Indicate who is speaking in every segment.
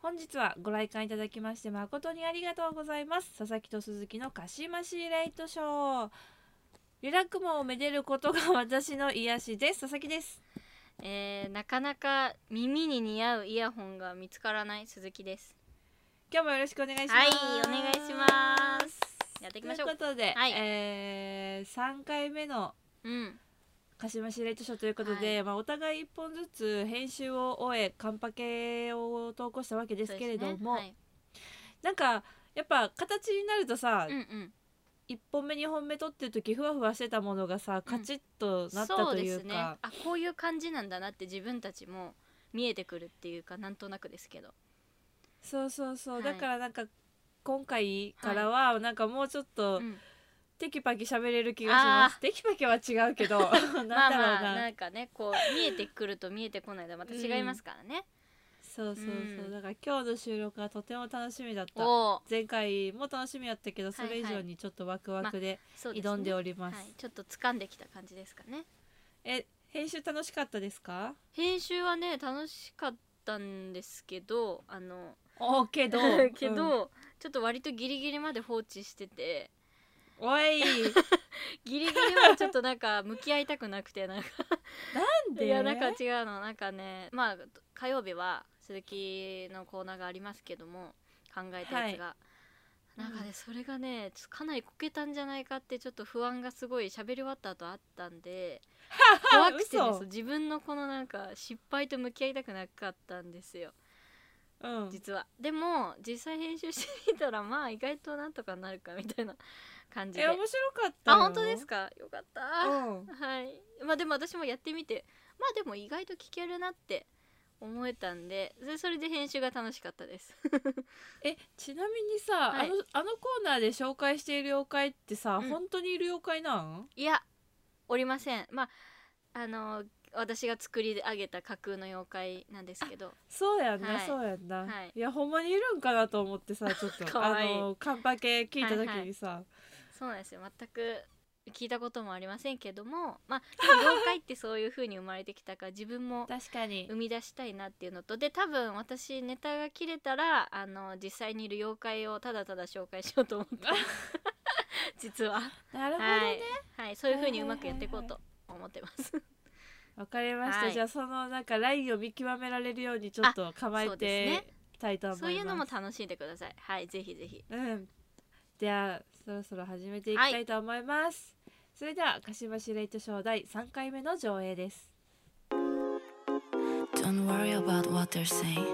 Speaker 1: 本日はご来館いただきまして誠にありがとうございます佐々木と鈴木のかしましレイトショーリラクモをめでることが私の癒しです佐々木です
Speaker 2: えー、なかなか耳に似合うイヤホンが見つからない鈴木です
Speaker 1: 今日もよろしくお願いします
Speaker 2: はいお願いしますやっていきましょう
Speaker 1: ということで、
Speaker 2: はい
Speaker 1: えー、3回目の
Speaker 2: うん
Speaker 1: 鹿島シレイトショーということで、まあ、お互い一本ずつ編集を終えカンパケを投稿したわけですけれども、
Speaker 2: そうですね
Speaker 1: なんかやっぱ形になるとさ、
Speaker 2: はい、うんうん
Speaker 1: 一本目二本目撮ってる時ふわふわしてたものがさカチッとなった
Speaker 2: そ
Speaker 1: と
Speaker 2: う
Speaker 1: い
Speaker 2: です
Speaker 1: う
Speaker 2: ね
Speaker 1: か
Speaker 2: あ、こういう感じなんだなって自分たちも見えてくるっていうかなんとなくですけど
Speaker 1: そうそうそう、
Speaker 2: はい
Speaker 1: だからなんか今回からはなんかもうちょっと
Speaker 2: うん
Speaker 1: テキパキ喋れる気がします、
Speaker 2: あー
Speaker 1: テキパキは違うけ どなんだろうな、
Speaker 2: まあまあなんかねこう見えてくると見えてこないでまた違いますからね、
Speaker 1: そうそうそう、
Speaker 2: うん
Speaker 1: だから今日の収録はとても楽しみだった
Speaker 2: おお
Speaker 1: 前回も楽しみやったけどそれ以
Speaker 2: はい
Speaker 1: 上
Speaker 2: はい
Speaker 1: にちょっとワクワクで
Speaker 2: そうですね
Speaker 1: 挑んでおります,、
Speaker 2: はい、ちょっと掴んできた感じですかね
Speaker 1: え編集楽しかったですか
Speaker 2: 編集はね楽しかったんですけどあの
Speaker 1: おーけど
Speaker 2: け
Speaker 1: うん
Speaker 2: ど、ちょっと割とギリギリまで放置してて
Speaker 1: おい
Speaker 2: ギリギリまでちょっとなんか向き合いたくなくてなんか
Speaker 1: なんで
Speaker 2: いやなんか違うのなんかねまあ火曜日は鈴木のコーナーがありますけども考えたやつが、
Speaker 1: い
Speaker 2: なんか
Speaker 1: う
Speaker 2: ねそれがねちょっとかなりこけたんじゃないかってちょっと不安がすごい喋り終わった後あったんで怖くてね
Speaker 1: 嘘
Speaker 2: そう自分のこのなんか失敗と向き合いたくなかったんですよ
Speaker 1: うん
Speaker 2: 実はでも実際編集してみたらまあ意外となんとかなるかみたいな感じで
Speaker 1: え面白かった
Speaker 2: あ
Speaker 1: よ
Speaker 2: 本当ですかよかった、
Speaker 1: うん
Speaker 2: はいまあでも私もやってみてまあでも意外と聞けるなって思えたんででそれで編集が楽しかったです
Speaker 1: えちなみにさ、
Speaker 2: はい
Speaker 1: あのあのコーナーで紹介している妖怪ってさ、
Speaker 2: うん
Speaker 1: 本当にいる妖怪なん
Speaker 2: いやおりませんまああの私が作り上げた架空の妖怪なんですけど
Speaker 1: そうやんな、
Speaker 2: はい
Speaker 1: そうやんな、
Speaker 2: はい
Speaker 1: やほんまにいるんかなと思 ってさちょっと
Speaker 2: かわいい
Speaker 1: あのカンパケ聞いた時にさ、
Speaker 2: そうなんですよ全く聞いたこともありませんけどもまあでも妖怪ってそういう風に生まれてきたから自分も
Speaker 1: 確かに
Speaker 2: 生み出したいなっていうのとで多分私ネタが切れたらあの実際にいる妖怪をただただ紹介しようと思ってます実は、
Speaker 1: なるほどね
Speaker 2: はい、はい、そういう風にうまくやっていこうと思ってます、
Speaker 1: わかりました、
Speaker 2: はい
Speaker 1: じゃあそのなんかラインを見極められるようにちょっと構え
Speaker 2: そうです
Speaker 1: ていきたいと思います
Speaker 2: そういうのも楽しんでくださいはいぜひぜひ
Speaker 1: うんではそろそろ始めていきたいと思います、それでは鹿島シレイトショー第3回目の上映です
Speaker 3: Don't worry about what they're saying.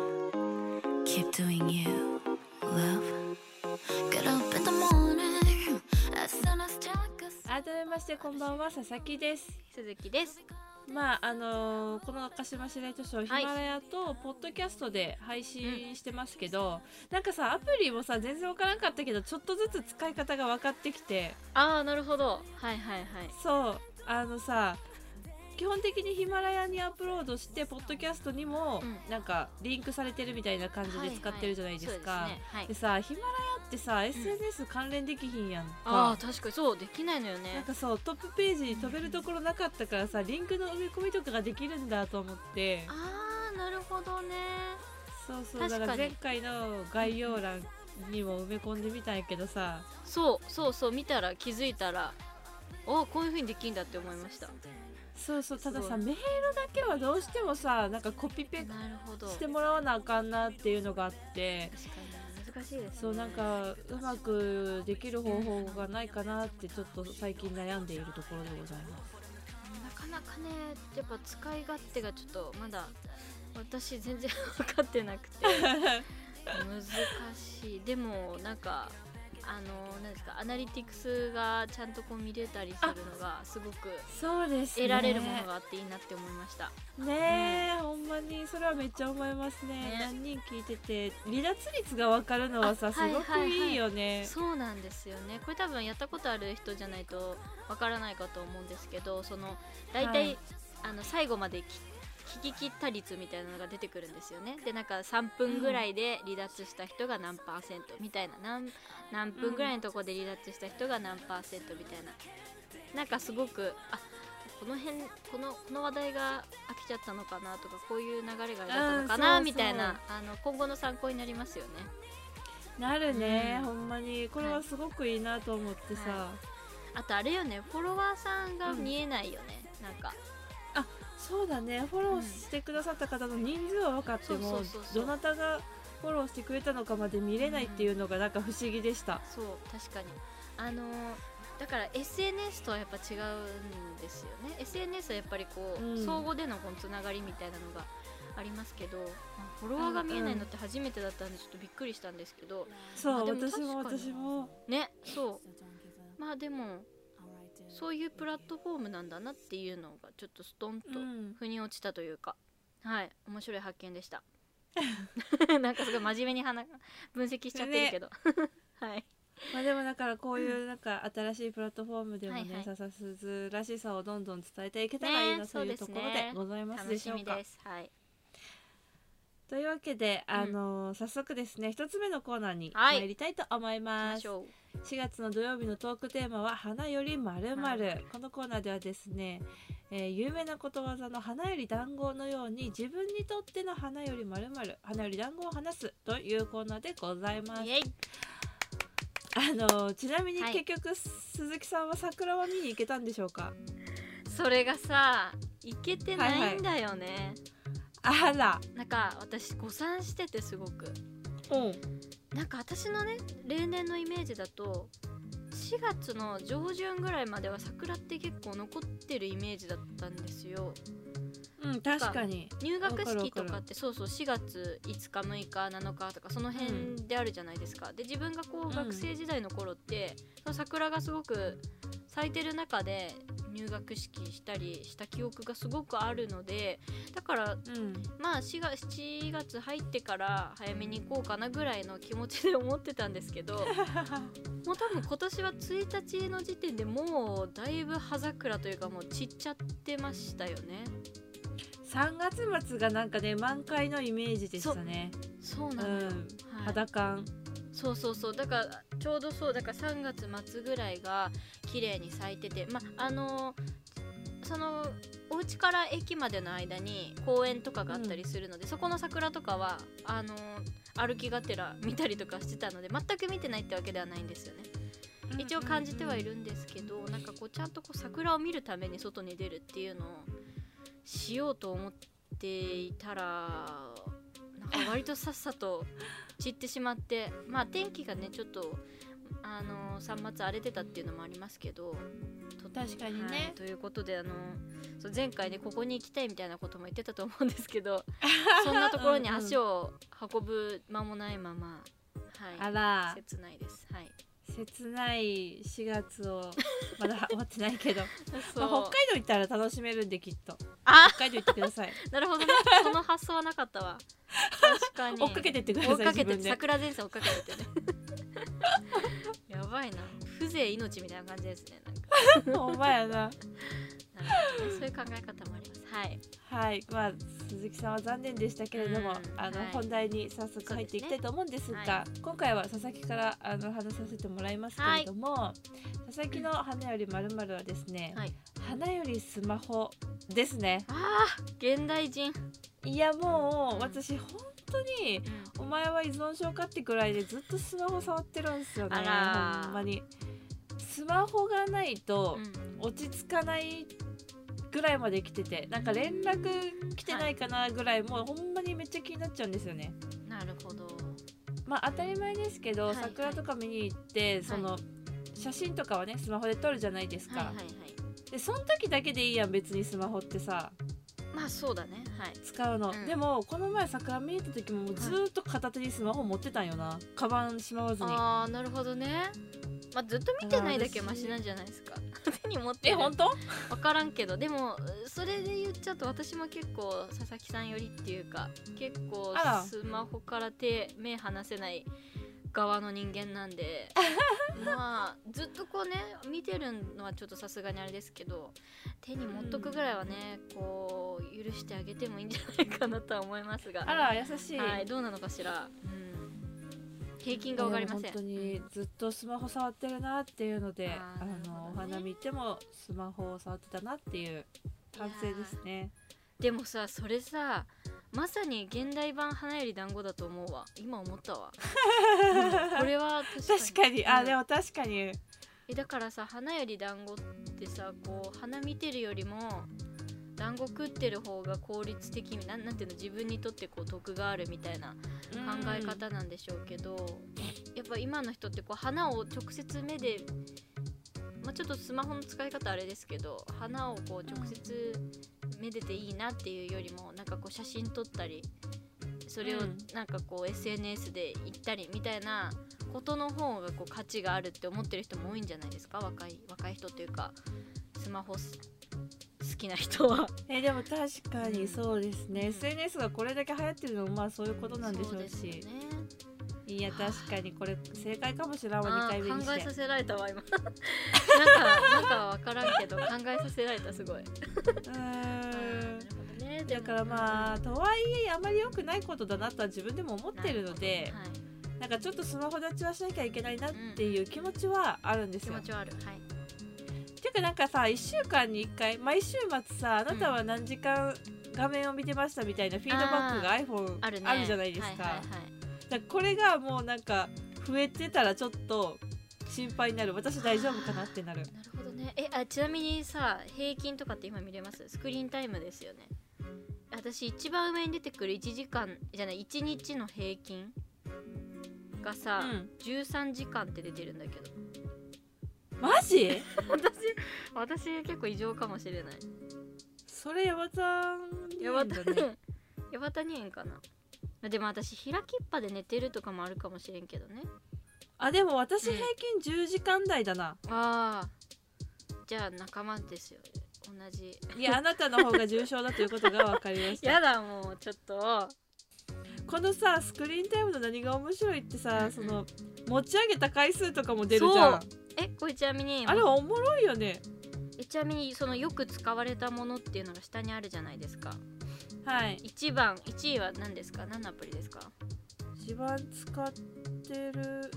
Speaker 3: Keep doing you, love. Get up in the morning as soon as dark as
Speaker 1: 改めましてこんばんは佐々木です
Speaker 2: 鈴木です
Speaker 1: まああのーこの鹿島市レイトショーヒ
Speaker 2: はい
Speaker 1: マラヤとポッドキャストで配信してますけど、なんかさアプリもさ全然わからんかったけどちょっとずつ使い方が分かってきて
Speaker 2: ああなるほどはいはいはい
Speaker 1: そうあのさ基本的にヒマラヤにアップロードしてポッドキャストにも
Speaker 2: うん
Speaker 1: なんかリンクされてるみたいな感じで使ってるじゃないですか、
Speaker 2: はいはいそう
Speaker 1: で
Speaker 2: ですねはい
Speaker 1: さヒマラヤってさ SNS 関連できひんやんか、
Speaker 2: ああ確かにそうできないのよ
Speaker 1: なん
Speaker 2: ね
Speaker 1: かそうトップページに飛べるところなかったからさリンクの埋め込みとかができるんだと思って
Speaker 2: ああなるほどね
Speaker 1: そうそう
Speaker 2: 確
Speaker 1: だ
Speaker 2: かに
Speaker 1: から前回の概要欄にも埋め込んでみたんやけどさ
Speaker 2: そうそうそう見たら気づいたらおーこういう風にできんだって思いました
Speaker 1: そうそうただ
Speaker 2: すご
Speaker 1: さ
Speaker 2: い
Speaker 1: メールだけはどうしてもさなんかコピペ
Speaker 2: なるほど
Speaker 1: してもらわなあかんなっていうのがあって
Speaker 2: 確かに難しいです、
Speaker 1: そうなんかうまくできる方法がないかなってちょっと最近悩んでいるところでございます
Speaker 2: なかなかねやっぱ使い勝手がちょっとまだ私全然分かってなくて難しいでもなんかあのなんですかアナリティクスがちゃんとこう見れたりするのがすごく
Speaker 1: そうです
Speaker 2: 得られるものがあっていいなって思いました、
Speaker 1: ねえ、ほんまにそれはめっちゃ思いますね
Speaker 2: ね
Speaker 1: 何人聞いてて離脱率が分かるのはさ
Speaker 2: あ
Speaker 1: すご
Speaker 2: はい
Speaker 1: く
Speaker 2: はいはい
Speaker 1: いいよね、
Speaker 2: そうなんですよねこれ多分やったことある人じゃないとわからないかと思うんですけどその大体、
Speaker 1: はい
Speaker 2: あの最後までき聞き切った率みたいなのが出てくるんですよねでなんか3分ぐらいで離脱した人が何パーセントみたいな何何分ぐらいのとこで離脱した人が何パーセントみたいななんかすごくあこの辺このこの話題が飽きちゃったのかなとかこういう流れが
Speaker 1: う
Speaker 2: あった
Speaker 1: ん
Speaker 2: のかな
Speaker 1: そうそう
Speaker 2: みたいなあの今後の参考になりますよね。
Speaker 1: なるね、
Speaker 2: うん
Speaker 1: ほんまにこれはすごくいいなと思ってさ、
Speaker 2: はあとあれよねフォロワーさんが見えないよね、なんか
Speaker 1: そうだねフォローしてくださった方の人数は分かっても、
Speaker 2: そうそうそうそう
Speaker 1: どなたがフォローしてくれたのかまで見れないっていうのがなんか不思議でした、
Speaker 2: そう確かにあのーだから SNS とはやっぱ違うんですよね SNS はやっぱりこう、
Speaker 1: うん
Speaker 2: 相互でのこのつながりみたいなのがありますけどフォロワーが見えないのって初めてだったんでちょっとびっくりしたんですけど
Speaker 1: そ
Speaker 2: あ
Speaker 1: う
Speaker 2: でも
Speaker 1: 私も
Speaker 2: 確かに
Speaker 1: 私も
Speaker 2: ねそうまあでもそういうプラットフォームなんだなっていうのがちょっとストンと
Speaker 1: うん
Speaker 2: 腑に落ちたというか、はい面白い発見 でしたなんかすごい真面目に話分析しちゃってるけど、 はい
Speaker 1: まあでもだからこういうなんか新しいプラットフォームでもね、
Speaker 2: はいはい
Speaker 1: 笹鈴らしさをどんどん伝えていけたらいいな
Speaker 2: ね
Speaker 1: というと
Speaker 2: そ
Speaker 1: こ
Speaker 2: うですね
Speaker 1: ろでございます
Speaker 2: 楽
Speaker 1: でし
Speaker 2: し
Speaker 1: ょう
Speaker 2: み
Speaker 1: か。
Speaker 2: ですはい
Speaker 1: というわけで、
Speaker 2: うん
Speaker 1: あのー早速ですね一つ目のコーナーに
Speaker 2: はい
Speaker 1: 参りたいと思い
Speaker 2: 行き
Speaker 1: ま
Speaker 2: ますし。ょう
Speaker 1: 4月の土曜日のトークテーマは「花よりまるまるこのコーナーではですね、えー有名なことわざの「花より団子」のように自分にとっての花よりまるまる花より団子を話すというコーナーでございます
Speaker 2: イ。エイ
Speaker 1: あのーちなみに
Speaker 2: はい
Speaker 1: 結局、鈴木さんは桜は見に行けたんでしょうか
Speaker 2: それがさ行けてないんだよね、
Speaker 1: あら、
Speaker 2: なんか私誤算しててすごく
Speaker 1: うん、
Speaker 2: なんか私のね例年のイメージだと4月の上旬ぐらいまでは桜って結構残ってるイメージだったんですよ
Speaker 1: うん、確かに
Speaker 2: 入学式と
Speaker 1: わかるわ
Speaker 2: か
Speaker 1: か
Speaker 2: ってそうそう4月5日6日7日とかその辺であるじゃないですか、で自分がこ
Speaker 1: うん
Speaker 2: う学生時代の頃って、その桜がすごく咲いてる中で入学式したりした記憶がすごくあるのでだから
Speaker 1: うん
Speaker 2: まあ4月7月入ってから早めに行こうかなぐらいの気持ちで思ってたんですけど もう多分今年は1日の時点でもうだいぶ葉桜というかもう散っちゃってましたよね
Speaker 1: 3月末がなんかね満開のイメージでしたね
Speaker 2: そう
Speaker 1: う
Speaker 2: なのよ、
Speaker 1: ん
Speaker 2: はい
Speaker 1: 肌感
Speaker 2: そうそうそうだからちょうどそうだから3月末ぐらいが綺麗に咲いててまああのそのお家から駅までの間に公園とかがあったりするので、そこの桜とかはあの歩きがてら見たりとかしてたので全く見てないってわけではないんですよね一応感じてはいるんですけど、なんかこうちゃんとこう桜を見るために外に出るっていうのをしようと思っていたらなんか割とさっさと散ってしまってまあ天気がねちょっとあの3月荒れてたっていうのもありますけどと
Speaker 1: 確かにね
Speaker 2: はいということであのそう前回ねここに行きたいみたいなことも言ってたと思うんですけどそんなところに足を運ぶ間もないまま
Speaker 1: あ
Speaker 2: はい
Speaker 1: ら
Speaker 2: 切ないですはい。
Speaker 1: 切ない4月をまだ終わってない けど、
Speaker 2: そ
Speaker 1: まあ
Speaker 2: う
Speaker 1: 北海道行ったら楽しめるんできっと
Speaker 2: あ
Speaker 1: 北海道行ってください
Speaker 2: なるほどね その発想はなかったわ確かに
Speaker 1: 追っかけてってくださ
Speaker 2: 追
Speaker 1: い
Speaker 2: っか
Speaker 1: 自
Speaker 2: けて
Speaker 1: 分で
Speaker 2: 桜前線追っかけてってね やばいな風情命みたいな感じですねなんか
Speaker 1: ほんまやな
Speaker 2: なるほどねそういう考え方もありますはい
Speaker 1: はいまあ鈴木さんは残念でしたけれども、
Speaker 2: うん
Speaker 1: あの、
Speaker 2: はい
Speaker 1: 本題に早速入っていきたいと思うんですが
Speaker 2: そうですねは
Speaker 1: 今回は佐々木からあの話させてもらいますけれども、佐々木の花よりまるまるはですね、
Speaker 2: はい
Speaker 1: 花よりスマホですね
Speaker 2: あー現代人、
Speaker 1: いやも
Speaker 2: うん
Speaker 1: う私本当にお前は依存症かってくらいでずっとスマホ触ってるんですよね
Speaker 2: あらー
Speaker 1: ほんまにスマホがないと
Speaker 2: うん
Speaker 1: 落ち着かないぐらいまで来ててなんか連絡来てないかなぐらい、もうほんまにめっちゃ気になっちゃうんですよね
Speaker 2: なるほど
Speaker 1: まあ当たり前ですけど、
Speaker 2: はいはい
Speaker 1: 桜とか見に行って、その写真とかはねスマホで撮るじゃないですか、
Speaker 2: はいはいはい
Speaker 1: でその時だけでいいやん別にスマホってさ
Speaker 2: まあそうだねはい
Speaker 1: 使うの、
Speaker 2: うん
Speaker 1: でもこの前桜見に行った時ももうずーっと片手にスマホ持ってたんよなカバンしまわずに
Speaker 2: あーなるほどねまあずっと見てないだけマシなんじゃないですか 手に持っ
Speaker 1: え
Speaker 2: てる
Speaker 1: 本当
Speaker 2: 分からんけどでもそれで言っちゃうと私も結構佐々木さんよりっていうか結構
Speaker 1: あら
Speaker 2: スマホから手目離せない側の人間なん でまあずっとこうね見てるのはちょっとさすがにあれですけど手に持っとくぐらいはね、こう許してあげてもいいんじゃないかなとは思いますが
Speaker 1: あら優しい、
Speaker 2: はいどうなのかしら、うん平均が分かりませ
Speaker 1: で
Speaker 2: ん
Speaker 1: も本当にずっとスマホ触ってるなっていうので、
Speaker 2: あー
Speaker 1: あ
Speaker 2: なるほど
Speaker 1: の
Speaker 2: ね
Speaker 1: お花見行ってもスマホを触ってたなっていう反省ですね。
Speaker 2: でもさそれさまさに現代版花より団子だと思うわ今思ったわ、うんこれは確かに
Speaker 1: 確かに、あ
Speaker 2: うん
Speaker 1: でも確かに、
Speaker 2: えだからさ花より団子ってさこう花見てるよりも団子食ってる方が効率的なんなんていうの自分にとってこう得があるみたいな考え方なんでしょうけど、やっぱ今の人ってこう花を直接目で、まあ、ちょっとスマホの使い方あれですけど花をこう直接めでていいなっていうよりもなんかこう写真撮ったりそれを
Speaker 1: うん
Speaker 2: なんかこう SNS で行ったりみたいなことの方がこう価値があるって思ってる人も多いんじゃないですか若い若い人というかスマホす好きな人は。
Speaker 1: えでも確かにそうですね、
Speaker 2: うん
Speaker 1: SNS がこれだけ流行ってるのもまあそういうことなんでしょ
Speaker 2: そうですよ
Speaker 1: し
Speaker 2: ね
Speaker 1: いや確かにこれ正解かもしれんわ2
Speaker 2: あ
Speaker 1: 回目に
Speaker 2: ー考
Speaker 1: し
Speaker 2: え
Speaker 1: て
Speaker 2: させられたわ今なんかなんかわからん けど考えさせられたすごいう
Speaker 1: ーん
Speaker 2: うんね
Speaker 1: だからま
Speaker 2: あ
Speaker 1: あとはいえあまり良くないことだなとは自分でも思ってるので
Speaker 2: はい、
Speaker 1: なんかちょっとスマホ立ちはしなきゃいけないなっていう気持ちはあるんです
Speaker 2: 気
Speaker 1: よ。
Speaker 2: 持
Speaker 1: っ
Speaker 2: ちはあるはい
Speaker 1: ていうかなんかさ1週間に1回毎週末さあなたは何時間画面を見てましたみたいなフィードバックが iPhone
Speaker 2: あるね
Speaker 1: あるじゃないですか。
Speaker 2: はいはい
Speaker 1: だからこれがもうなんか増えてたらちょっと心配になる私大丈夫かなってなる
Speaker 2: はいなるほどねえあちなみにさ平均とかって今見れますスクリーンタイムですよね私一番上に出てくる1時間じゃない1日の平均が
Speaker 1: う
Speaker 2: さ、
Speaker 1: ん
Speaker 2: 13時間って出てるんだけど
Speaker 1: マジ
Speaker 2: 私私結構異常かもしれない
Speaker 1: それヤバさん
Speaker 2: ヤ
Speaker 1: な
Speaker 2: バ
Speaker 1: ん
Speaker 2: タ
Speaker 1: だ
Speaker 2: ニ
Speaker 1: ね
Speaker 2: ンヤバタニンかなでも私開きっぱで寝てるとかもあるかもしれんけどね
Speaker 1: あでも私平均10時間台だな、
Speaker 2: ああじゃあ仲間ですよ同じ
Speaker 1: いやあなたの方が重症だということが分かりました
Speaker 2: やだもうちょっと
Speaker 1: このさスクリーンタイムの何が面白いって
Speaker 2: うん
Speaker 1: さ、
Speaker 2: うん
Speaker 1: その持ち上げた回数とかも出るじゃん
Speaker 2: えこれちなみに
Speaker 1: あれおもろいよね
Speaker 2: えちなみにそのよく使われたものっていうのが下にあるじゃないですか
Speaker 1: はい
Speaker 2: 1番1位は何ですか何のアプリですか
Speaker 1: 一番使ってる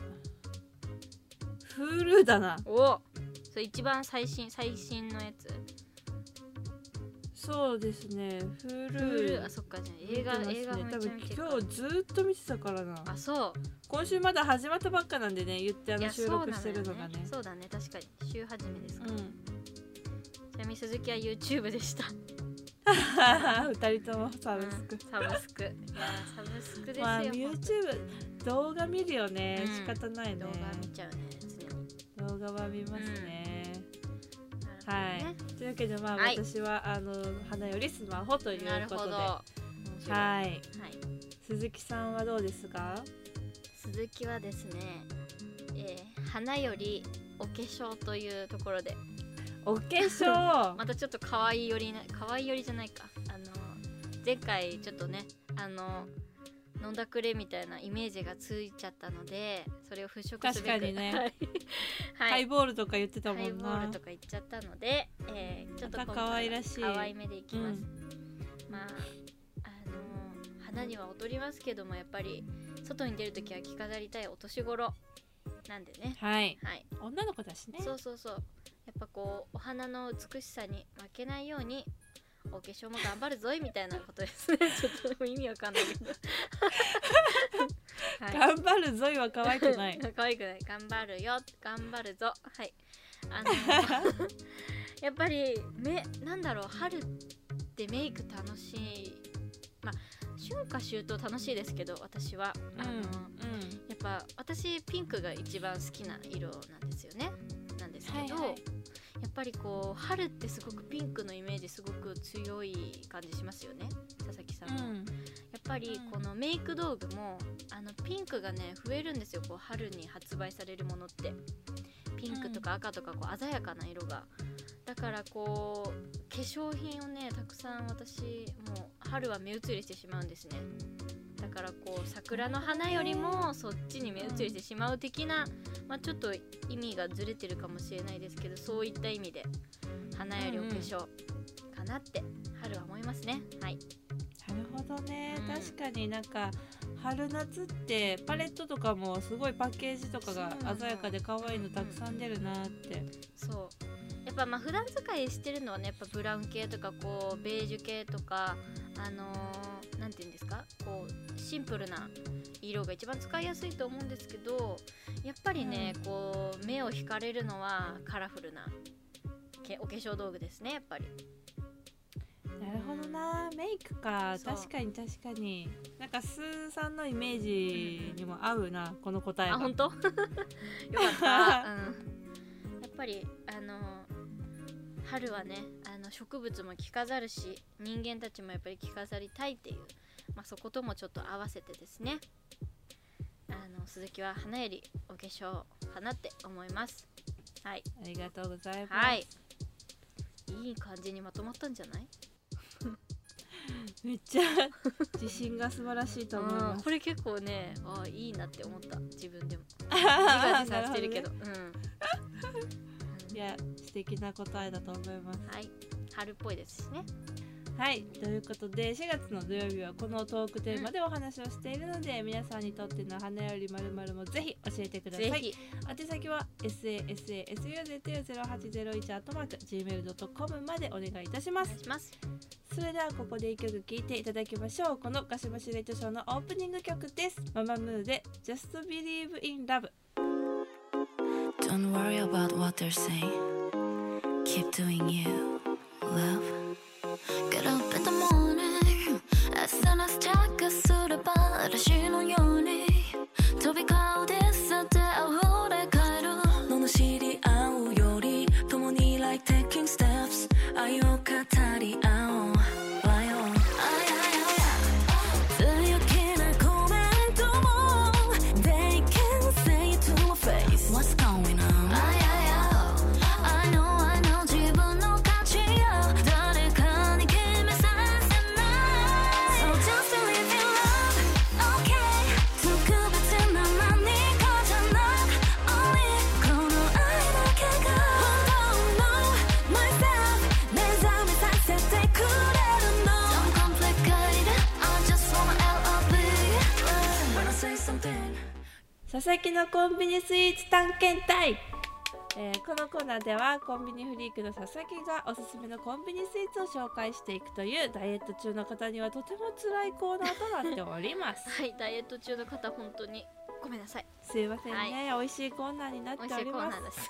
Speaker 1: Hulu だな
Speaker 2: おそれ一番最新最新のやつ
Speaker 1: そうですね Hulu
Speaker 2: あそっかじゃあ
Speaker 1: 見
Speaker 2: 映
Speaker 1: て
Speaker 2: 画
Speaker 1: ますね
Speaker 2: 映画め
Speaker 1: 多
Speaker 2: ちゃ
Speaker 1: 分
Speaker 2: めちゃ
Speaker 1: 今日ずっと見てたからな
Speaker 2: あそう
Speaker 1: 今週まだ始まったばっかなんでね言ってあ
Speaker 2: い
Speaker 1: の
Speaker 2: や
Speaker 1: 収録してるのがね
Speaker 2: そうだねそうだね確かに週始めですか、
Speaker 1: う
Speaker 2: ちなみに鈴木は YouTube でした
Speaker 1: ん 二人ともサブス
Speaker 2: う
Speaker 1: ク
Speaker 2: ん、サブスクいやーサブスクですよ、
Speaker 1: まあ
Speaker 2: 本
Speaker 1: YouTube 動画見るよね、
Speaker 2: うん
Speaker 1: 仕方ない
Speaker 2: 当
Speaker 1: ね
Speaker 2: 動画見ちゃうね常に
Speaker 1: 動画は見ますね、
Speaker 2: なるほどね
Speaker 1: はいというわけでまあ、
Speaker 2: はい
Speaker 1: 私はあの花よりスマホという
Speaker 2: なる
Speaker 1: こ
Speaker 2: ほ
Speaker 1: と
Speaker 2: ど
Speaker 1: で
Speaker 2: 面白いは
Speaker 1: はい
Speaker 2: い
Speaker 1: 鈴木さんはどうですか
Speaker 2: 鈴木はですね、えー花よりお化粧というところで
Speaker 1: お化 粧
Speaker 2: またちょっと可愛い寄りな可愛い寄りじゃないかあの前回ちょっとねあの飲んだくれみたいなイメージがついちゃったのでそれを払拭すべく
Speaker 1: 確かにね
Speaker 2: はい、
Speaker 1: ハ
Speaker 2: は
Speaker 1: イ
Speaker 2: い、
Speaker 1: ボールとか言ってたも
Speaker 2: ハイ
Speaker 1: ん
Speaker 2: ボ
Speaker 1: な
Speaker 2: ールとか言っちゃったので、えーちょっと
Speaker 1: ま
Speaker 2: 今回は
Speaker 1: た可愛らしい
Speaker 2: 可愛めでいきます、
Speaker 1: う
Speaker 2: まああの花には劣りますけどもやっぱり外に出るときは着飾りたいお年頃なんでね
Speaker 1: はい
Speaker 2: はい
Speaker 1: 女の子だしね
Speaker 2: そうそうそうやっぱこうお花の美しさに負けないようにお化粧も頑張るぞいみたいなこ とですねちょっとでも意味わかんないけどはい
Speaker 1: 頑張るぞいは可愛くない
Speaker 2: 可愛くない頑張るよ頑張るぞはいあの やっぱり目なんだろう春ってメイク楽しいまあ春夏秋冬楽しいですけど私は、あの
Speaker 1: う
Speaker 2: やっぱ私ピンクが一番好きな色なんですよねなんですけど、
Speaker 1: はいはい
Speaker 2: やっぱりこう春ってすごくピンクのイメージすごく強い感じしますよね佐々木さん
Speaker 1: ん
Speaker 2: も、
Speaker 1: う
Speaker 2: や
Speaker 1: ん
Speaker 2: っぱりこのメイク道具もあのピンクがね増えるんですよこう春に発売されるものってピンクとか赤とかこう鮮やかな色がだからこう化粧品をねたくさん私もう春は目移りしてしまうんですねだからこう桜の花よりもそっちに目移りしてしまう的な、まあ、ちょっと意味がずれてるかもしれないですけどそういった意味で花よりお化粧かなって春は思いますねはい
Speaker 1: なるほどね、
Speaker 2: うん
Speaker 1: 確かになんか春夏ってパレットとかもすごいパッケージとかが鮮やかで可愛いのたくさん出るなって
Speaker 2: そうやっぱまあ普段使いしてるのはねやっぱブラウン系とかこうベージュ系とかあのーなんて言うんですかこうシンプルな色が一番使いやすいと思うんですけどやっぱりね、こう目を惹かれるのはカラフルなけお化粧道具ですねやっぱり
Speaker 1: なるほどなメイクか
Speaker 2: そう
Speaker 1: 確かに確かになんかスーさんのイメージにも合うなこの答え
Speaker 2: あ
Speaker 1: が
Speaker 2: 本当 よか った、うん、やっぱりあの春はねあの植物も着飾るし人間たちもやっぱり着飾りたいっていう、まあ、そこともちょっと合わせてですねあの鈴木は花よりお化粧かなって思いますはい
Speaker 1: ありがとうございます、
Speaker 2: はいいい感じにまとまったんじゃない
Speaker 1: めっちゃ自信が素晴らしいと思いま
Speaker 2: うん
Speaker 1: す
Speaker 2: これ結構ねあいいなって思った自 分でも自画自賛してるけどうん
Speaker 1: いや素敵な答えだと思います
Speaker 2: はい、春っぽいですしね。
Speaker 1: はいということで4月の土曜日はこのトークテーマでお話をしているので、皆さんにとっての花よりまるまるもぜひ教えてください
Speaker 2: ぜひ、
Speaker 1: 宛先は sasasuzu0801-gmail.com までお願いいたしま
Speaker 2: お
Speaker 1: す
Speaker 2: 願いします。
Speaker 1: それではここで一曲聴いていただきましょうこのガシマシレッドショーのオープニング曲ですママムーで Just Believe in Love
Speaker 3: Don't worry about what they're saying. Keep doing you, love. Get up in the morning. 朝の支度すれば嵐のように飛び交うですって溢れ返る。罵り合うより共に like taking steps 愛を語り合おう。Lion. 強気なコメントも They can say to my face What's going on? I know I know 自分の価値を誰かに決めさせない So just believe in love Okay 特別な何かじゃなく Only この愛だけが本当の myself 目覚めさせてくれるの Don't complicate it I just wanna L.O.B. Wanna say something
Speaker 1: 佐々木のコンビニスイーツ探検隊、えーこのコーナーではコンビニフリークの佐々木がおすすめのコンビニスイーツを紹介していくというダイエット中の方にはとても辛いコーナーとなっております
Speaker 2: はい、ダイエット中の方、本当にごめんなさい。
Speaker 1: すいませんね、美味しいコーナーになって
Speaker 2: 美味
Speaker 1: お
Speaker 2: しい
Speaker 1: り
Speaker 2: コー
Speaker 1: ま
Speaker 2: ナ
Speaker 1: す
Speaker 2: ーです。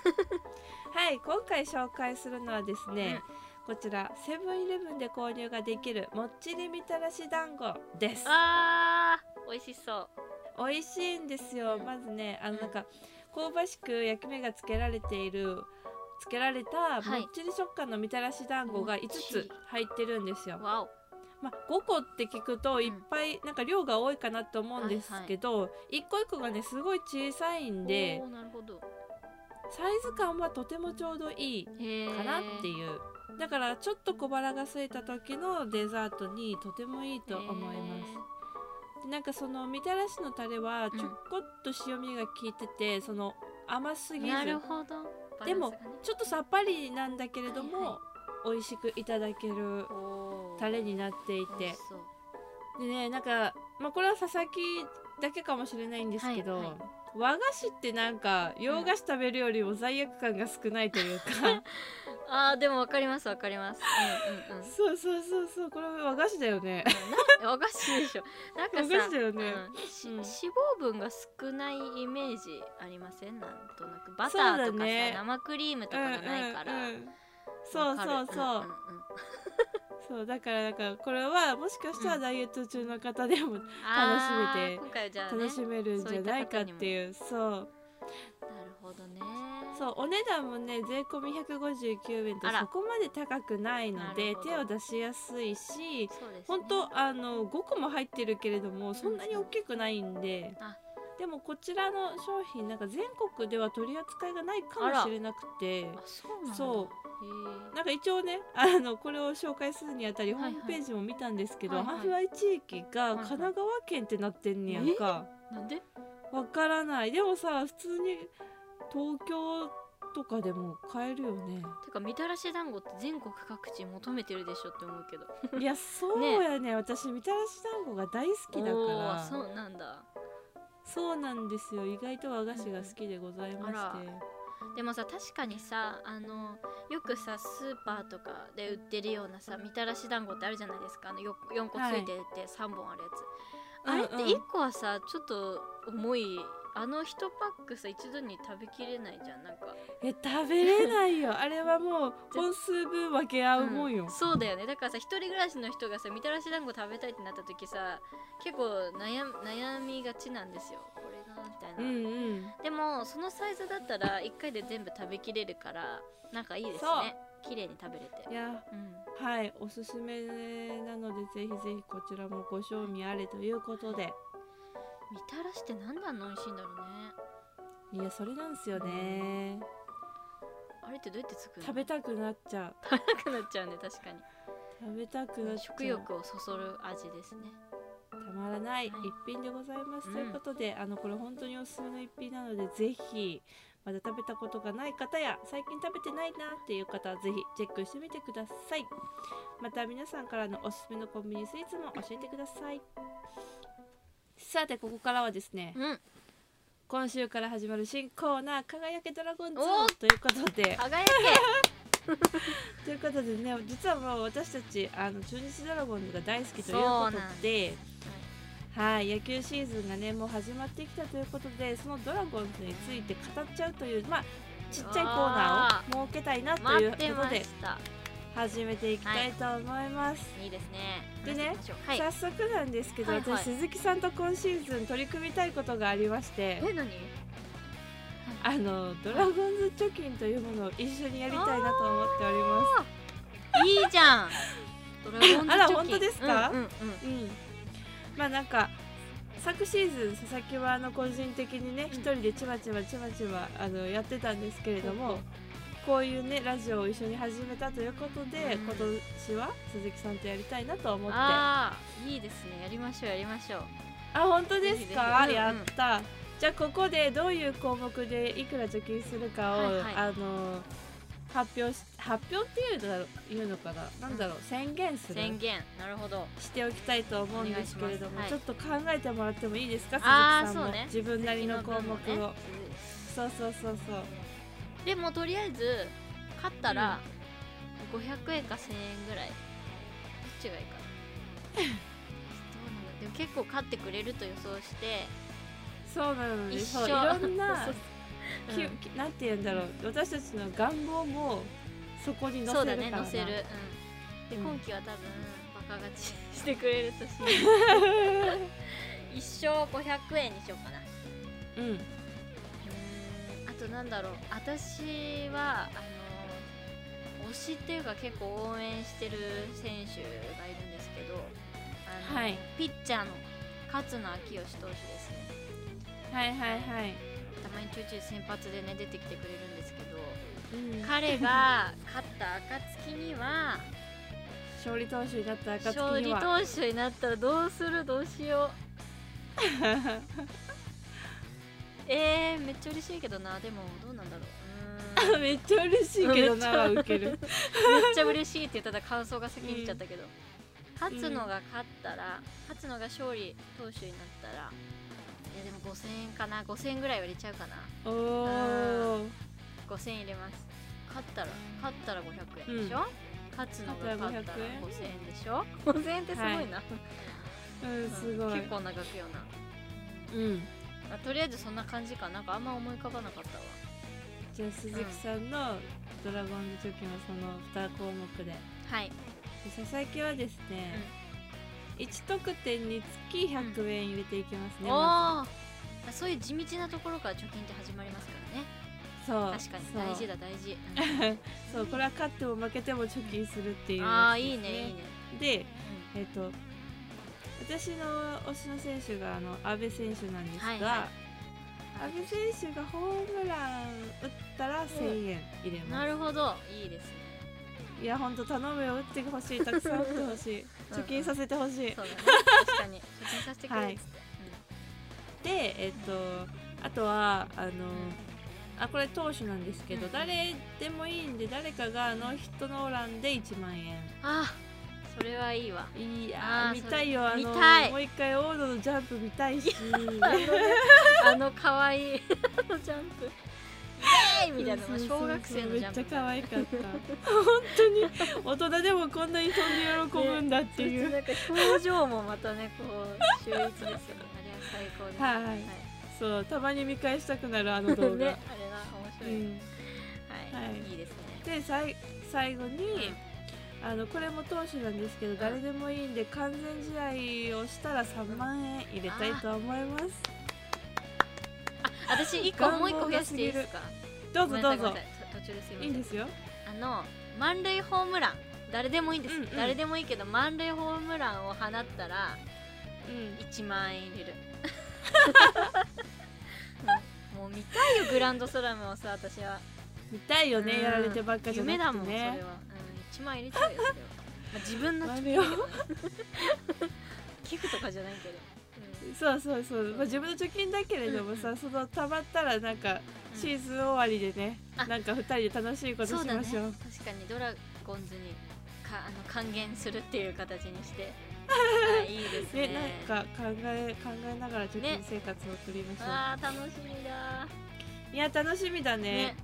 Speaker 1: はい今回紹介するのはですね、こちらセブンイレブンで購入ができるもっちりみたらし団子 です
Speaker 2: あー、美味しそう。
Speaker 1: 美味しいんですよまずねあのなんか香ばしく焼き目がつけられているつけられた
Speaker 2: はい
Speaker 1: もっちり食感のみたらし団子が5つ入ってるんですよ、
Speaker 2: わお。
Speaker 1: まあ、5個って聞くといっぱいなんか量が多いかなと思うんですけど、一個一個がねすごい小さいんで
Speaker 2: おーなるほど。
Speaker 1: サイズ感はとてもちょうどいい
Speaker 2: へー
Speaker 1: かなっていう、だからちょっと小腹が空いた時のデザートにとてもいいと思います、でなんかそのみたらしのタレは
Speaker 2: うん
Speaker 1: ちょこっと塩味が効いてて、その甘す
Speaker 2: へ
Speaker 1: ぎ
Speaker 2: ー
Speaker 1: ず
Speaker 2: なるほど。
Speaker 1: でも
Speaker 2: バランスがね
Speaker 1: ちょっとさっぱりなんだけれども、
Speaker 2: は
Speaker 1: 美味しくいただける
Speaker 2: おー
Speaker 1: タレになってい
Speaker 2: 美味
Speaker 1: て
Speaker 2: しそう
Speaker 1: でねなんか、まあ、これは佐々木だけかもしれないんですけど、
Speaker 2: はいはい
Speaker 1: 和菓子ってなんか洋菓子食べるよりも罪悪感が少ないと いうか、
Speaker 2: あー、でもわかります、わかります。うん うんうん。
Speaker 1: そうそうそうそうこれ和菓子だよね。
Speaker 2: な和菓子でしょなんかさ
Speaker 1: 和菓子だよね
Speaker 2: うんし
Speaker 1: うん
Speaker 2: 脂肪分が少ないイメージありませんなんとなくバタ
Speaker 1: そう
Speaker 2: ー
Speaker 1: だ
Speaker 2: とかさ、
Speaker 1: ね
Speaker 2: 生クリームとかがないから、
Speaker 1: うんうんうんそうそうそう、
Speaker 2: わかるんんん
Speaker 1: そうだからだからこれはもしかしたら
Speaker 2: うん
Speaker 1: ダイエット中の方でも
Speaker 2: あー
Speaker 1: 楽しめて
Speaker 2: 今回はじゃあ、ね、
Speaker 1: 楽しめるんじゃないかっていうそう
Speaker 2: なるほどね
Speaker 1: そうお値段もね税込み159円と
Speaker 2: あら
Speaker 1: そこまで高くないの
Speaker 2: な
Speaker 1: で
Speaker 2: るほ
Speaker 1: 手
Speaker 2: ど
Speaker 1: を出しやすいし
Speaker 2: そうですね
Speaker 1: 本当あの5個も入ってるけれどもそんなに大きくないんで
Speaker 2: あ
Speaker 1: でもこちらの商品なんか全国では取り扱いがないか
Speaker 2: あら
Speaker 1: もしれなくて
Speaker 2: あそうなんだ
Speaker 1: そう
Speaker 2: へ
Speaker 1: なんか一応ねあのこれを紹介するにあたりホ
Speaker 2: はいは
Speaker 1: ー
Speaker 2: い
Speaker 1: ムページも見たんですけど、
Speaker 2: はいはい
Speaker 1: ハーフアイ地域
Speaker 2: い
Speaker 1: が
Speaker 2: はい
Speaker 1: 神奈川県ってなってんねやんか、
Speaker 2: えなんで
Speaker 1: わからないでもさ普通に東京とかでも買えるよ ね
Speaker 2: てかみたらし団子って全国各地求めてるでしょって思うけど
Speaker 1: いやそうやね私みたらし団子が大好きだか
Speaker 2: お
Speaker 1: ら
Speaker 2: ーそうなんだ
Speaker 1: そうなんですよ意外と和菓子が好きでございまして、
Speaker 2: でもさ確かにさあのよくさスーパーとかで売ってるようなさみたらし団子ってあるじゃないですかあのよ4個ついてて3本あるやつ、あれっ
Speaker 1: うんう
Speaker 2: て
Speaker 1: ん
Speaker 2: 1個はさちょっと重いあの1パックさ一度に食べきれないじゃんなんか
Speaker 1: え食べれないよあれはもう本数分分け合うもんよ、
Speaker 2: んそうだよねだからさ一人暮らしの人がさみたらし団子食べたいってなった時さ結構悩む悩みがちなんですよこれがみたいな、
Speaker 1: うんうん
Speaker 2: でもそのサイズだったら1回で全部食べきれるからなんかいいです
Speaker 1: そう
Speaker 2: ね綺麗に食べれて
Speaker 1: いや
Speaker 2: うん
Speaker 1: はいおすすめなのでぜひぜひこちらもご賞味あれということで
Speaker 2: みたらしってなんであんな美味しいんだろうね
Speaker 1: いやそれなんですよね
Speaker 2: あれってどうやって作るの
Speaker 1: 食べたくなっちゃう
Speaker 2: くなっちゃうね確かに
Speaker 1: 食べたくなっちゃう
Speaker 2: 食欲をそそる味ですね
Speaker 1: たまらない一
Speaker 2: はい
Speaker 1: 品でございます、
Speaker 2: うん
Speaker 1: ということであのこれ本当におすすめの一品なのでぜひまだ食べたことがない方や最近食べてないなっていう方はぜひチェックしてみてくださいまた皆さんからのおすすめのコンビニスイーツも教えてくださいさてここからはですね
Speaker 2: うん
Speaker 1: 今週から始まる新コーナー「輝けドラゴンズ
Speaker 2: お」
Speaker 1: ということで
Speaker 2: 輝け
Speaker 1: ということでね実はもう私たちあの中日ドラゴンズが大好きということ
Speaker 2: そうなん
Speaker 1: ではい、野球シーズンがねもう始まってきたということでそのドラゴンズについて語っちゃうというまあちっちゃいコーナーを設けたいなと
Speaker 2: はい
Speaker 1: いうこ
Speaker 2: 待って
Speaker 1: と
Speaker 2: ま
Speaker 1: で
Speaker 2: した
Speaker 1: 始めていきたいと思います、
Speaker 2: いいですね
Speaker 1: でね
Speaker 2: 話していきましょうはい
Speaker 1: 早速なんですけど、
Speaker 2: はいはい
Speaker 1: 私鈴木さんと今シーズン取り組みたいことがありまして
Speaker 2: え何
Speaker 1: あのドラゴンズ貯金というものを一緒にやりたいなと思っておりま
Speaker 2: いいじゃんドラゴンズ
Speaker 1: あら
Speaker 2: 貯金
Speaker 1: 本当ですか
Speaker 2: うんうんうん
Speaker 1: すうんまあなんか昨シーズン佐々木はあの個人的にね
Speaker 2: ん
Speaker 1: 一人でちまちまちまちまあのやってたんですけれども、こういうねラジオを一緒に始めたということで、
Speaker 2: うん
Speaker 1: 今年は鈴木さんとやりたいなと思ってあ
Speaker 2: ああいいですねやりましょうやりましょう
Speaker 1: 本当ですか、
Speaker 2: ぜひぜひうんうん
Speaker 1: やったじゃあここでどういう項目でいくら貯金するかを、
Speaker 2: はいはい
Speaker 1: あの発表し発表っていうのいうのかななんだろう宣言する
Speaker 2: 宣言なるほど
Speaker 1: しておきたいと思うんですけれど
Speaker 2: お
Speaker 1: も、
Speaker 2: 願いし
Speaker 1: ちょ
Speaker 2: ま
Speaker 1: っと考えてもらってもいいですか
Speaker 2: あー
Speaker 1: 鈴木さんも、
Speaker 2: そうね
Speaker 1: 自分なりの項目を、
Speaker 2: 次の分もね
Speaker 1: そうそうそうそう
Speaker 2: でもとりあえず勝ったら500円か1000円ぐらいどっちがいいかなどうなんだろうでも結構勝ってくれると予想して
Speaker 1: そうなので
Speaker 2: 一
Speaker 1: そ
Speaker 2: 緒
Speaker 1: ういろんな
Speaker 2: そう
Speaker 1: き
Speaker 2: うん
Speaker 1: きなんて言うんだろう私たちの願望もそこに載
Speaker 2: そう
Speaker 1: せ
Speaker 2: だ
Speaker 1: るか
Speaker 2: ね
Speaker 1: らな
Speaker 2: 載せる、うん、で
Speaker 1: うん
Speaker 2: 今期は多分バカ勝ちしてくれるとし 一生500円にしようかな
Speaker 1: うん
Speaker 2: うーんあとなんだろう私はあの推しっていうか結構応援してる選手がいるんですけどあの、
Speaker 1: はい
Speaker 2: ピッチャーの勝野明義投手ですね
Speaker 1: はいはいはい、
Speaker 2: たまにちょいちょい先発でね出てきてくれるんですけど
Speaker 1: うん、
Speaker 2: 彼が勝った暁には
Speaker 1: 勝利投手になった暁
Speaker 2: 勝利
Speaker 1: には
Speaker 2: 投手になったらどうするどうしよ うえー、めっちゃ嬉しいけどなでもどうなんだろううーん
Speaker 1: めっちゃ嬉しいけどなはウケ る
Speaker 2: めっちゃ嬉しいって言ったら感想が先に言っちゃったけど、勝つのが勝ったら勝つのが勝利投手になったらいやでも5000円かな5000円ぐらいは入れちゃうかな
Speaker 1: おー
Speaker 2: 5000円入れます勝ったら勝ったら500円でしょ、勝つのが勝ったら5000円でしょ5000円ってすごいな、
Speaker 1: うんすごい
Speaker 2: 結構長くよな、
Speaker 1: うん
Speaker 2: まあ、とりあえずそんな感じかなんかあんま思い浮かばなかったわ
Speaker 1: じゃあ鈴木さんのドラゴンズ貯金はその2項目でで
Speaker 2: はい
Speaker 1: 佐々木はですね、1得点につき100円入れていきますね、
Speaker 2: お
Speaker 1: ま
Speaker 2: ーあそういう地道なところから貯金って始まりますからね
Speaker 1: ずそう
Speaker 2: 確かに
Speaker 1: そう
Speaker 2: 大事だ 大事、
Speaker 1: そうこれは勝っても負けても貯金するっていうやつです、
Speaker 2: ああいいねいいね
Speaker 1: でえっ、と私の推しの選手があの阿部選手なんですが、
Speaker 2: はいは
Speaker 1: 阿部選手がホームラン打ったら1000円入れ
Speaker 2: な
Speaker 1: ま
Speaker 2: るほどいいですね
Speaker 1: すいやほんと頼むよ打ってほしいたくさん打ってほしい
Speaker 2: うん
Speaker 1: 貯金させてほしい
Speaker 2: そうだね確かに貯金させてくれっつって、
Speaker 1: でえっ、とあとはあのあこれ当初なんですけど、
Speaker 2: うん
Speaker 1: 誰でもいいんで誰かがあの人のオランで1万円
Speaker 2: あそれはいいわ
Speaker 1: いや
Speaker 2: あー
Speaker 1: ー見たいよあ
Speaker 2: それ
Speaker 1: の
Speaker 2: 見たい
Speaker 1: もう一回オードのジャンプ見たいし
Speaker 2: あの可愛いあのジャンプイエーイみたいな
Speaker 1: そうそうそう
Speaker 2: 小学生のジャンプ
Speaker 1: めっ ちゃ可愛かった本当に大人でもこんなに飛んで喜ぶんだっていう、
Speaker 2: なんか表情もまたねこう秀逸ですよねあれは最高です
Speaker 1: はいそうたまに見返したくなるあの動画、
Speaker 2: ねあれな面
Speaker 1: う
Speaker 2: 白い、
Speaker 1: ん、
Speaker 2: はい、
Speaker 1: はい
Speaker 2: い、いですね
Speaker 1: でさい最後にあのこれも当初なんですけど、誰でもいいんで完全試合をしたら3万円入れたいと思います
Speaker 2: あ私一個もう一個増やしていいですか
Speaker 1: どうぞ
Speaker 2: ごめん
Speaker 1: ど
Speaker 2: なさ
Speaker 1: う
Speaker 2: いごめん
Speaker 1: ぞ
Speaker 2: なさいと途中ですいま
Speaker 1: い
Speaker 2: せ
Speaker 1: い
Speaker 2: ん
Speaker 1: んですよ
Speaker 2: あの満塁ホームラン誰でもいいんです、
Speaker 1: うんうん
Speaker 2: 誰でもいいけど満塁ホームランを放ったら
Speaker 1: うん
Speaker 2: 1万円入れるうんもう見たいよグランドスラムをさ私は
Speaker 1: 見たいよね、
Speaker 2: うん
Speaker 1: やられてばっかじゃ
Speaker 2: 夢だ
Speaker 1: な
Speaker 2: も
Speaker 1: く
Speaker 2: ん
Speaker 1: て
Speaker 2: それは、うん
Speaker 1: ね、
Speaker 2: 1万円入れちゃうよそれは、まあ、自分の
Speaker 1: 豆を
Speaker 2: 寄付とかじゃないけど、うん
Speaker 1: そうそうそう、まあ、自分の貯金だけれどもさ、
Speaker 2: うん
Speaker 1: そのたまったらなんか
Speaker 2: うん
Speaker 1: シーズン終わりでね、
Speaker 2: あ
Speaker 1: なんか2人で楽しいことし
Speaker 2: そうだ
Speaker 1: ま
Speaker 2: ね
Speaker 1: しょう
Speaker 2: 確かにドラゴンズにかあの還元するっていう形にして はいいいですね
Speaker 1: ねなんか考え考えながら貯
Speaker 2: ね
Speaker 1: 金生活を送りましょう、
Speaker 2: あー楽しみだ
Speaker 1: いや楽しみだ
Speaker 2: ね
Speaker 1: ね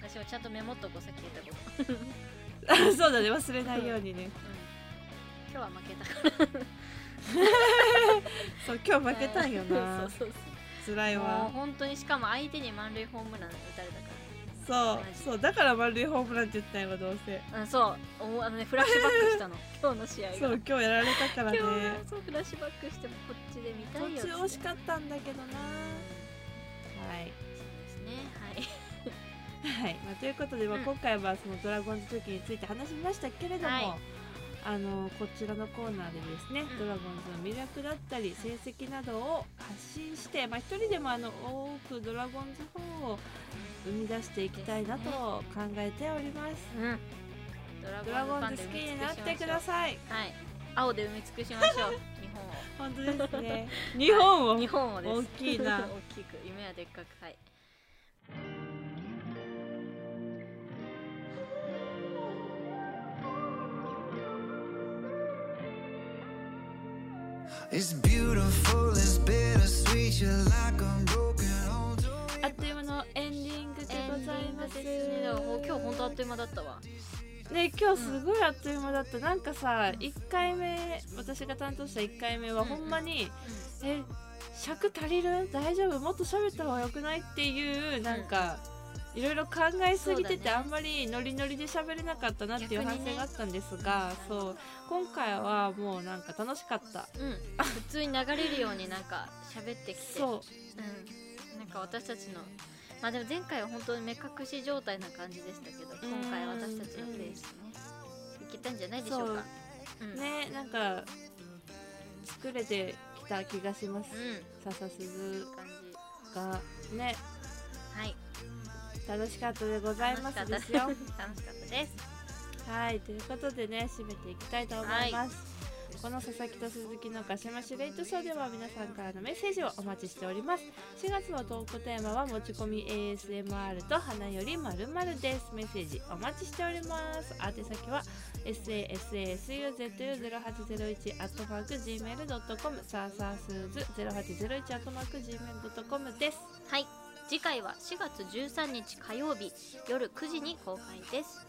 Speaker 2: 私はちゃんとメモっとこうさっき言ったこと、うん、
Speaker 1: あ そうだね忘れないようにね
Speaker 2: 今日は負けたから
Speaker 1: そう今日負けたんよな
Speaker 2: そうそうそう
Speaker 1: 辛い
Speaker 2: もう
Speaker 1: わ
Speaker 2: 本当にしかも相手に満塁ホームラン打たれたか
Speaker 1: そう
Speaker 2: マジ
Speaker 1: そうだから丸いホームランって言ったんやろどうせ
Speaker 2: らうんそうおあのねフラッシュバックしたの 今日の試合が
Speaker 1: そう今日やられたから
Speaker 2: 今日
Speaker 1: ね
Speaker 2: はそうフラッシュバックしてこっちで見た
Speaker 1: 途
Speaker 2: いよ
Speaker 1: 中惜し
Speaker 2: っ
Speaker 1: かったんだけどなはい
Speaker 2: つってそうですね
Speaker 1: はい、まあ、ということで、まあ
Speaker 2: うん
Speaker 1: 今回はそのドラゴンズ時について話しましたけれども、
Speaker 2: はい
Speaker 1: あのこちらのコーナーでですね、
Speaker 2: ん
Speaker 1: ドラゴンズの魅力だったり成績などを発信して、まあ、一人でもあの多くドラゴンズファンを生み出していきたいなと考えております。
Speaker 2: はい、うん、
Speaker 1: ドラゴン
Speaker 2: ファ
Speaker 1: ズ好き
Speaker 2: で
Speaker 1: に
Speaker 2: 埋め
Speaker 1: な
Speaker 2: 尽くしましょ
Speaker 1: っ
Speaker 2: う
Speaker 1: てください。
Speaker 2: はい青で埋め尽くしまし ょう日本を
Speaker 1: 本当です ね。日本を
Speaker 2: 日本をです
Speaker 1: 大きいな
Speaker 2: 大きく夢はでっかくはい
Speaker 4: It's beautiful, it's bittersweet. You're like a broken old door.
Speaker 1: あっという間のエンディングでございます。
Speaker 2: でも今日本当あっという間だったわ
Speaker 1: ね今日すごいあっという間だった、なんかさ1回目私が担当した1回目は
Speaker 2: うん
Speaker 1: ほんまに、え尺足りる大丈夫もっと喋った方がよくないっていうなんか、いろいろ考えすぎて
Speaker 2: そ
Speaker 1: て、
Speaker 2: うだね
Speaker 1: あんまりノリノリで喋れなかったなっていう
Speaker 2: 逆
Speaker 1: 反
Speaker 2: にね
Speaker 1: 省があったんですが、そう今回はもうなんか楽しかった
Speaker 2: うん、うん、普通に流れるようになんか喋ってきて
Speaker 1: そう
Speaker 2: うん、なんか私たちのまあでも前回は本当に目隠し状態な感じでしたけど
Speaker 1: うん
Speaker 2: 今回は私たちのペースでねいけたんじゃないでしょうかうん
Speaker 1: ねなんか作れてきた気がします
Speaker 2: うんい
Speaker 1: 笹鈴
Speaker 2: い感じ
Speaker 1: がね
Speaker 2: はい
Speaker 1: 楽しかったでございます
Speaker 2: 楽
Speaker 1: で
Speaker 2: し
Speaker 1: す
Speaker 2: か
Speaker 1: よ
Speaker 2: った楽しかったです
Speaker 1: はい、ということでね、締めていきたいと思います。この佐々木と鈴木の鹿島シレイトショーでは皆さんからのメッセージをお待ちしております。4月のトークテーマは持ち込み ASMR と花よりまるまるです。メッセージお待ちしております。宛先は sasasuzu0801 アットマーク gmail.com サーサースーズ0801アットマーク gmail.com です。
Speaker 2: はい次回は4月13日火曜日夜9時に公開です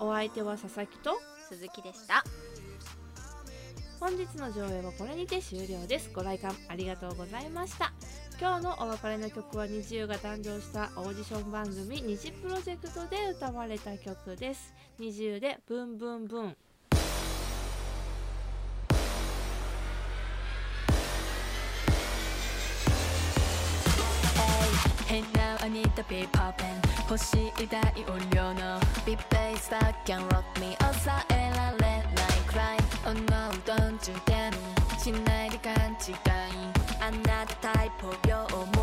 Speaker 1: お相手は佐々木と
Speaker 2: 鈴木でした
Speaker 1: 本日の上映はこれにて終了ですご来館ありがとうございました今日のお別れの曲は NiziU が誕生したオーディション番組「ニジプロジェクト」で歌われた曲です NiziU で「ブンブンブン」
Speaker 5: Hey now I need the beat poppin' 欲しい大音量の Big bass that can rock me 抑えられないくらい Oh no don't you dare me しないで勘違いあんなたタイプよ Oh,
Speaker 3: Oh, Oh,